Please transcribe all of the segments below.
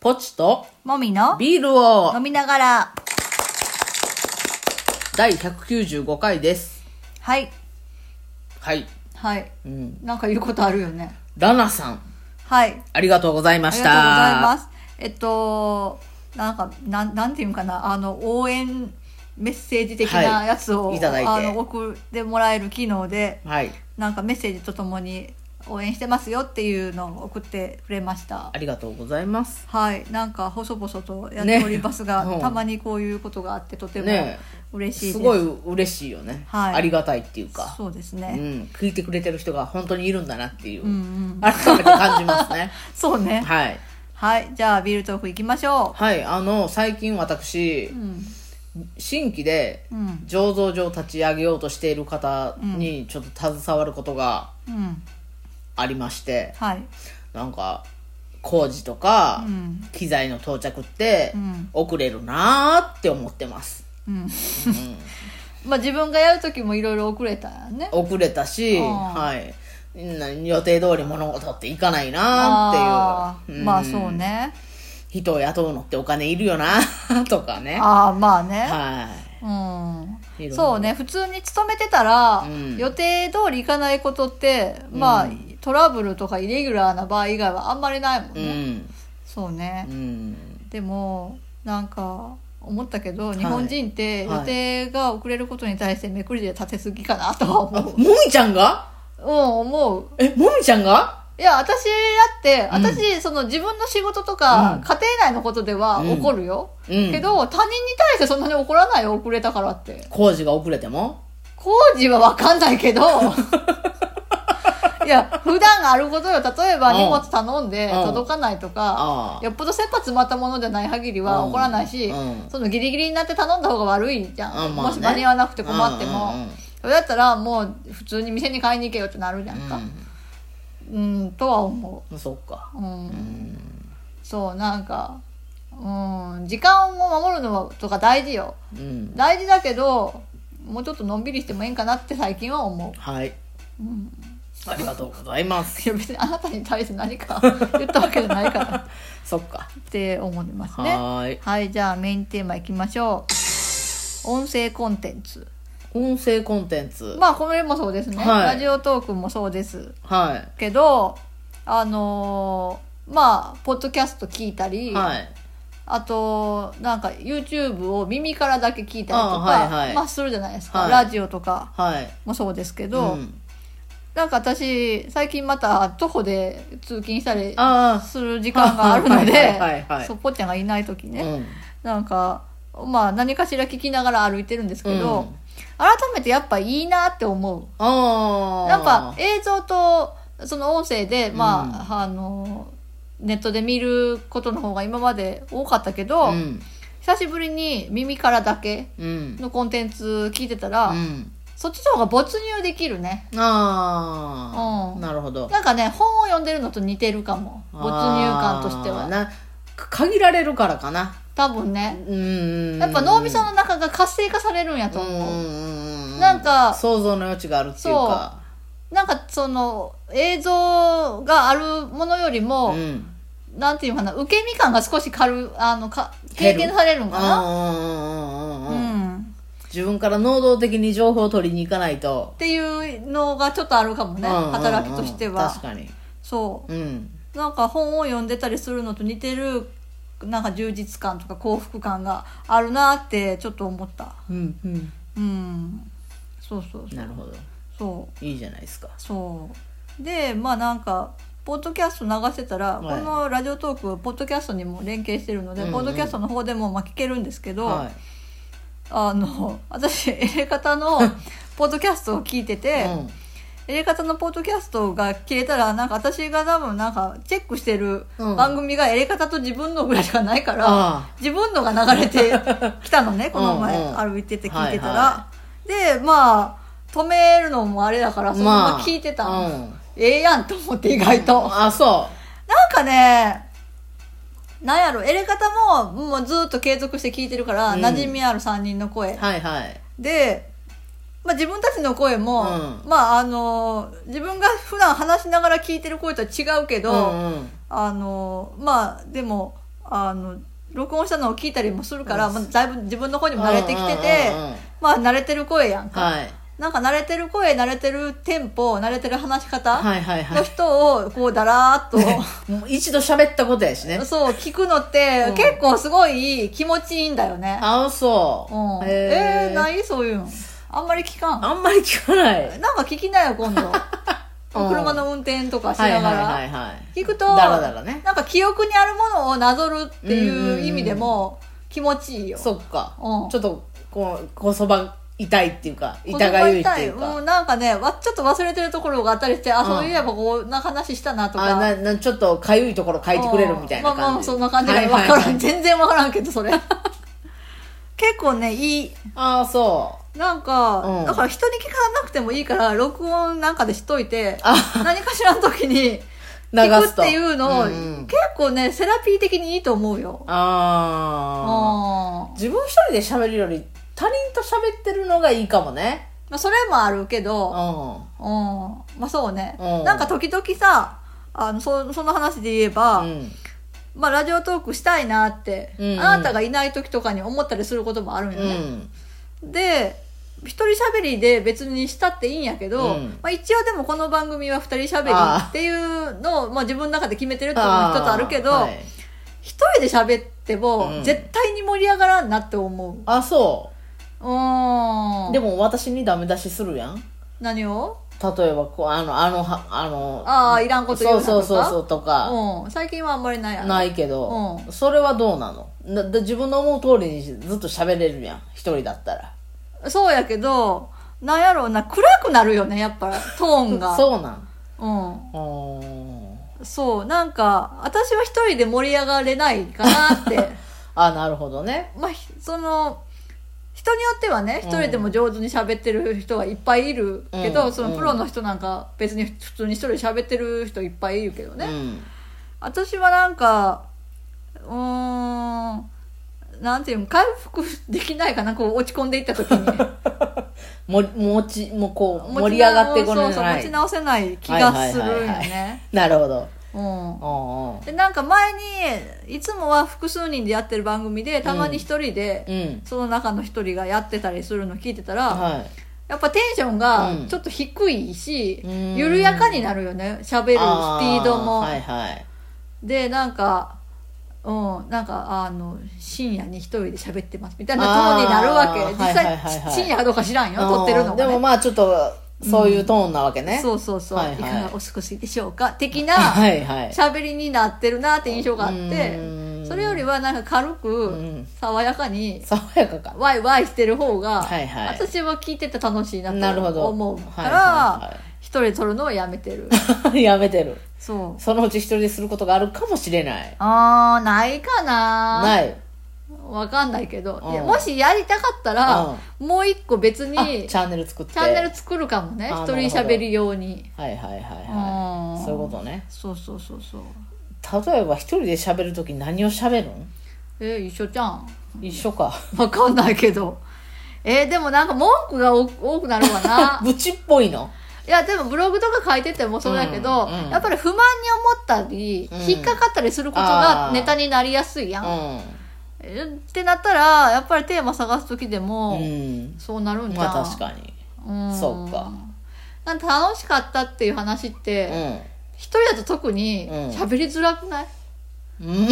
ポチともみのビールを飲みながら。第195回です。はい。はい。はい。うん。なんか言うことあるよね。ラナさん、はい。ありがとうございまありしがとうございまた。す。えっと、なんか、なん、なんていうんかな、あの、応援メッセージ的はないやつを、いただいてあの、送ってもらえる機能で、はい。なんかメッセージとともに応援してますよっていうのを送ってくれましたあ。りがとうございます。はい、なんか細々とやっておりますが、ねうんたまにこういうことがあってとてもね嬉しいです。すごい嬉しいよね。はいありがたいっていうか。そうですうね。ん。聞いてくれてる人が本当にいるんだなっていうう、んうん。改めて感じますね。そう ね。はい。はい、じゃあビールトーク行きましょはい。あの、最近私う。う、ん。新規でうん。醸造所を立ち上げようとしている方にちょっと携わることがうん。ありまして、はい。なんか、工事とかう、ん。機材の到着ってうん。遅れるなーって思ってます、うん。 まあ自分がやる時もいろいろ遅れたよね。遅れたし、あーはい、うん予定通り物事っていかないなーっていう、あーんまあそうね。人を雇うのってお金いるよな とかねああ、まあね。はういん、ろそうね普通に勤めてたら、うん予定通り行かないことってまあ、うんトラブルとかイレギュラーな場合以外はあんまりないもんい、うね、んそううね、んでもなんか思ったけどい日本人ってはい予定が遅れることに対してめくりで立てすぎかなとあは思う、もみちゃんがうん思うえもみちゃんがいや私やってうん私、その自分の仕事とか、うん家庭内のことではうん怒るよ、うんけど他人に対してそんなに怒らないよ遅れたからって工事が遅れても工事は分かんない けどいや普段あることよ例えばうん荷物頼んでうん届かないとあかあよっぽど切羽詰まったものじゃない限りはうん怒らないし、うんそのギリギリになって頼んだ方が悪いじゃん、うんまあねもし間に合わなくて困っても、うんうんうんそれだったらもう普通に店に買いに行けよってなるじゃんかうん、とは思うんそっかう、うんうんそうなんか、うん、時間を守るのとか大事ようん大事だけどもうちょっとのんびりしてもいいんかなって最近は思うはいうんありがとうございますいや別にあなたに対して何か 言ったわけじゃないからっそっかて思いますねはいはーいじゃあメインテーマいきましょう音声コンテンツ音声コンテンツまあこれもそうですね、はいラジオトークもそうですはけどあのーまあポッドキャスト聞いたいり、はいあとなんか YouTube を耳からだけ聞いたりとかあはいはいまあするじゃないですか、はいラジオとかはいもそうですけど、うんなんか私最近また徒歩で通勤したりあする時間がある のはいではいはいそうぽっちゃんがいない時あ、ね、なんかまあ何かしら聞きながら歩いてるんですうんけうど、ん改めてやっぱいいなって思あうあなんか映像とその音声でまうんあ、あのネットで見ることの方が今まで多かったけど、うん久しぶりに耳からだけうんのコンテンツ聞いてたら、うんそっちの方が没入できるねああうんなるほどなんかね本を読んでるのと似てるかも没入感としてあーはなか限られるからかな多分ね、うんやっぱ脳みその中が活性化されるんやとうん思う、うんうなんか想像の余地があるっていうかなんかその映像があるものよりも、んなんていうかな受け身感が少し軽あのか軽減されるんかなうんうんうんうんうんううんん自分から能動的に情報を取りに行かないとっていうのがちょっとあるかもね、うんうんうん働きとしては、確かにそうんうなんか本を読んでたりするのと似てるなんか充実感とか幸福感があるなってちょっと思ったうんうんうんそうそうそうなるほどそういいじゃないですかそうでまあなんかポッドキャスト流してたら、はいこのラジオトークはポッドキャストにも連携してるので、うんうんポッドキャストの方でもまあ聞けるんですけど、はあの私 A 型のポッドキャストを聞いていて、うん A 型のポッドキャストが消えたらなんか私が多分なんかチェックしてるうん番組が A 型と自分のぐらいしかないから、あ自分のが流れてきたの ねこの前うんうん歩いてて聞いてたら、はでまあ止めるのもあれだからそのまま聞いてたの、うんええやんと思って意外と。なんあそかね、なんやろ、エレ方も、もうずっと継続して聞いてるから、うん馴染みある3人の声う。はいはいで、まあ自分たちの声も、うまああの、自分が普段話しながら聞いてる声とは違うけど、うんうんあの、まあでも、あの録音したのを聞いたりもするから、まあ、だいぶ自分の方にも慣れてきてて、うんうんうんうんまあ慣れてる声やんか、はいなんか慣れてる声慣れてるテンポ慣れてる話し方はいはいはの人をこうだらーっと、いもう一度喋ったことやし ねそう聞くのってん結構すごい気持ちいいんだよね、あそうう、ん、へえー、ーないそういうのあんまり聞かんあんまり聞かないなんか聞きなよ今 度うん車の運転とかしはいはないがら、はいはい聞くとだらだらねなんか記憶にあるものをなぞるってうんうんいううん意味でも気持ちいいよ、そっか、うんちょっとこうこそば痛いっていうか子供痛がゆいっていう痛か、うん、なんかねわちょっと忘れてるところがあったりしてあ、うんそういえばこんな話したなとかあななちょっとかゆいところ書いてくれるみたいな感じ、うんまあまあそんな感じがはい分はかいらはん、い全然分からんけど それ結構ねいいああそなんか、うんだから人に聞かなくてもいいから録音なんかでしといてあ何かしらの時にう流聞くすっとていうのを、んん結構ねセラピー的にいいと思うよあああー自分一人で喋るより他人と喋ってるのがいいかもねまあ、それもあるけうんど、はうん、まあそうね、うんなんか時々さあのそその話で言えば、うんまあラジオトークしたいなって、うんうんあなたがいない時とかに思ったりすることもあるんようね、んで一人喋りで別にしたっていいんやけど、うんまあ、一応でもこの番組は二人喋りっていうのをまあ、自分の中で決めてるっていうのも一つあるけど、あーはい一人で喋っても、うん絶対に盛り上がらんなって思うあそうーんうでも私にダメ出しするやん何を例えばこうあのあのはあのああいらんこと言うなとかそうそうそうそうとか、うん、最近はあんまりないやろないけど、うそれはどうなのなだ自分の思う通りにずっと喋れるやん一人だったらそうやけどなんやろうな暗くなるよねやっぱトーンがそうなんううーんんそうなんか私は一人で盛り上がれないかなって あなるほどねまあひその人によってはねう一ん人でも上手に喋ってる人はいっぱいいるけど、うんそのプロの人なんか別に普通に一人で喋ってる人いっぱいいるけどね、うん私はなんかうーんなんていうの回復できないかなこう落ち込んでいった時にも持ちもうこう 盛り上がってこそれうそうな持ちい直せない気がするよはいはいはいねなるほどうんうんうんでなんか前にいつもは複数人でやってる番組でたまに一人で、うんその中の一人がやってたりするの聞いてたら、はいやっぱテンションがうんちょっと低いし、うん緩やかになるよね喋るスピあードも、はいはいでなんかうんなんかあの深夜に一人で喋ってますみたいなトあーーンになるわけはい実はい際、はいはい深夜かどうか知らんよ撮ってるうのんが、でね、もまあちょっとそういうトーンなわけね、そうそうそう、はいはいいかがお過ごしでしょうか的なはいはい喋りになってるなって印象があってうんそれよりはなんか軽くん爽やかに爽やかかワイワイしてる方がはいはい私は聞いてて楽しいななるほとど思うかはいはいはらい一人で撮るのをやめてる やめてるそうそのうち一人ですることがあるかもしれないあーない かなないわかんないけど、うんいやもしやりたかったら、もう一個別にあチチャンネル作ってャンネル作るかもねあ一なる人ほど喋るようにはいはいはいはうんいそういうことねそうそうそうそう例えば一人で喋るとき何を喋るんえ一緒じゃん一緒かわかんないけどえーでもなんか文句が多多くなるわな ブチっぽいのいやでもブログとか書いててもそうだけど、うんうんやっぱり不満に思ったり、うん引っかかったりすることがあーネタになりやすいやん、うえってなったらやっぱりテーマ探す時でも、ん、そうなるうんん、じゃん、まあ確かにうんそうかなんか楽しかったっていう話って、う一人だと特にうん喋りづらくない、ん、うん、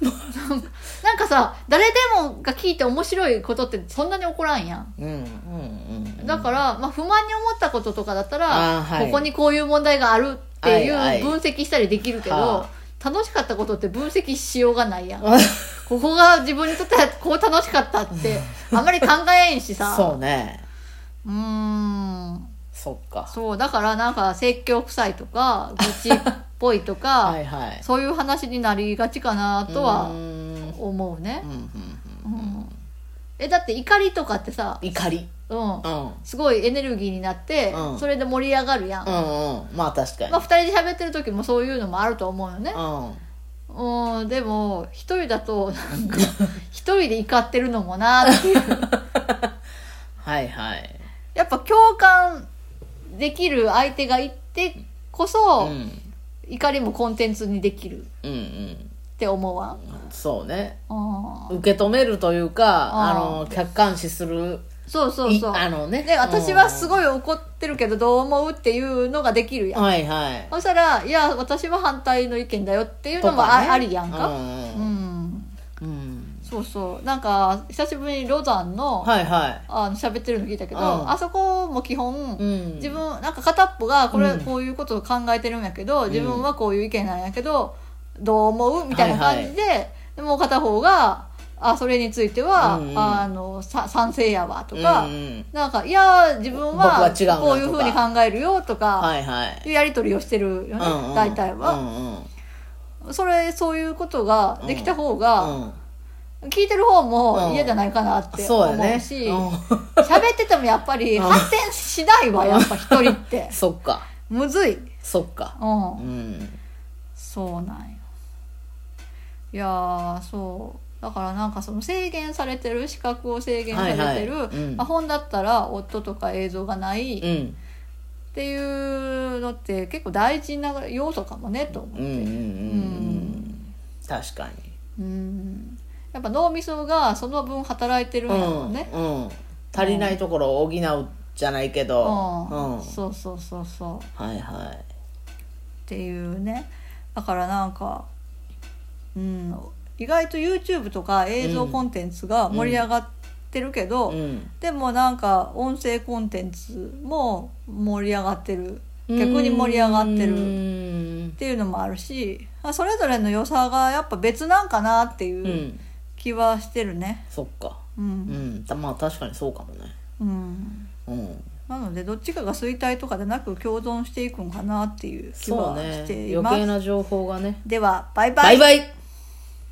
なんかさ誰でもが聞いて面白いことってそんなに起こらんやんうんうんうんだから、まあ、不満に思ったこととかだったら、あーはいここにこういう問題があるっていうはいはい分析したりできるけど、は楽しかったことって分析しようがないやんあここが自分にとってはこう楽しかったってあんまり考えんしさ そうねうーんそっかそうだからなんか説教臭い とか愚痴っぽいとか、はいはいそういう話になりがちかなとうーはん思うねう、んうんううんんえだって怒りとかってさ、怒りうんう、んすごいエネルギーになって、うんそれで盛り上がるやん、うんうんまあ確かに、まあ、2人で喋ってる時もそういうのもあると思うよね、 うん、でも1人だとなん か1人で怒ってるのもなっていううんはいはいやっぱ共感できる相手がいてこそ、うん怒りもコンテンツにできるっうんうんって思わん、そうねうん、受け止めるというかああーの客観視するそうそうそういあのねで私はすい、ごい怒ってるけどどう思うっていうのができるやん、はいはいそしたら「いや私は反対の意見だよ」っていうのもとかあ,、ねりやんうか、うんんうんそうそうなんか久しぶりにロザンの,、はいはいあの喋ってるの聞いたけど、うんあそこも基本、うん自分なんか片っぽがこれ、うんこういうことを考えてるんやけど自分はこういう意見なんやけどどう思うみたいな感じで、でもう片方があそれについては、うんうんあのさ賛成やわとうんか、うんなんかいや自分僕はは違うなとかこういうふうに考えるよとかはいはいいうやり取りをしてるよね、うんうん大体は、それそういうことができた方うんうんが、うん聞いてる方もうん嫌じゃないかなってそう思やねうし喋、うんっててもやっぱり うん発展しないわやっぱ一人って そっかむずい、うん、そっかうんそうなんよいやーそうだからなんかその制限されてる資格を制限されてる、はいはいうんまあ、本だったら夫とか映像がない、うんっていうのって結構大事な要素かもねと思っうんうんうんうて、ん確かにうん、やっぱ脳みそがその分働いてるんやろうね、うんうん、足りないところを補うじゃないけうど、うんんそうそうそうそうっはいはいていうねだからなんか、うん、意外と YouTube とか映像コンテンツが盛り上がってるけど、うんでもなんか音声コンテンツも盛り上がってる逆に盛り上がってる。うんっていうのもあるしまあそれぞれの良さがやっぱ別なんかなってういうん気はしてるねそっかう、うんんたまあ確かにそうかもねうん、うんなのでどっちかが衰退とかでなく共存していくんかなっていう気そうはねしていま余計す、な情報がねではバイバイバイバイ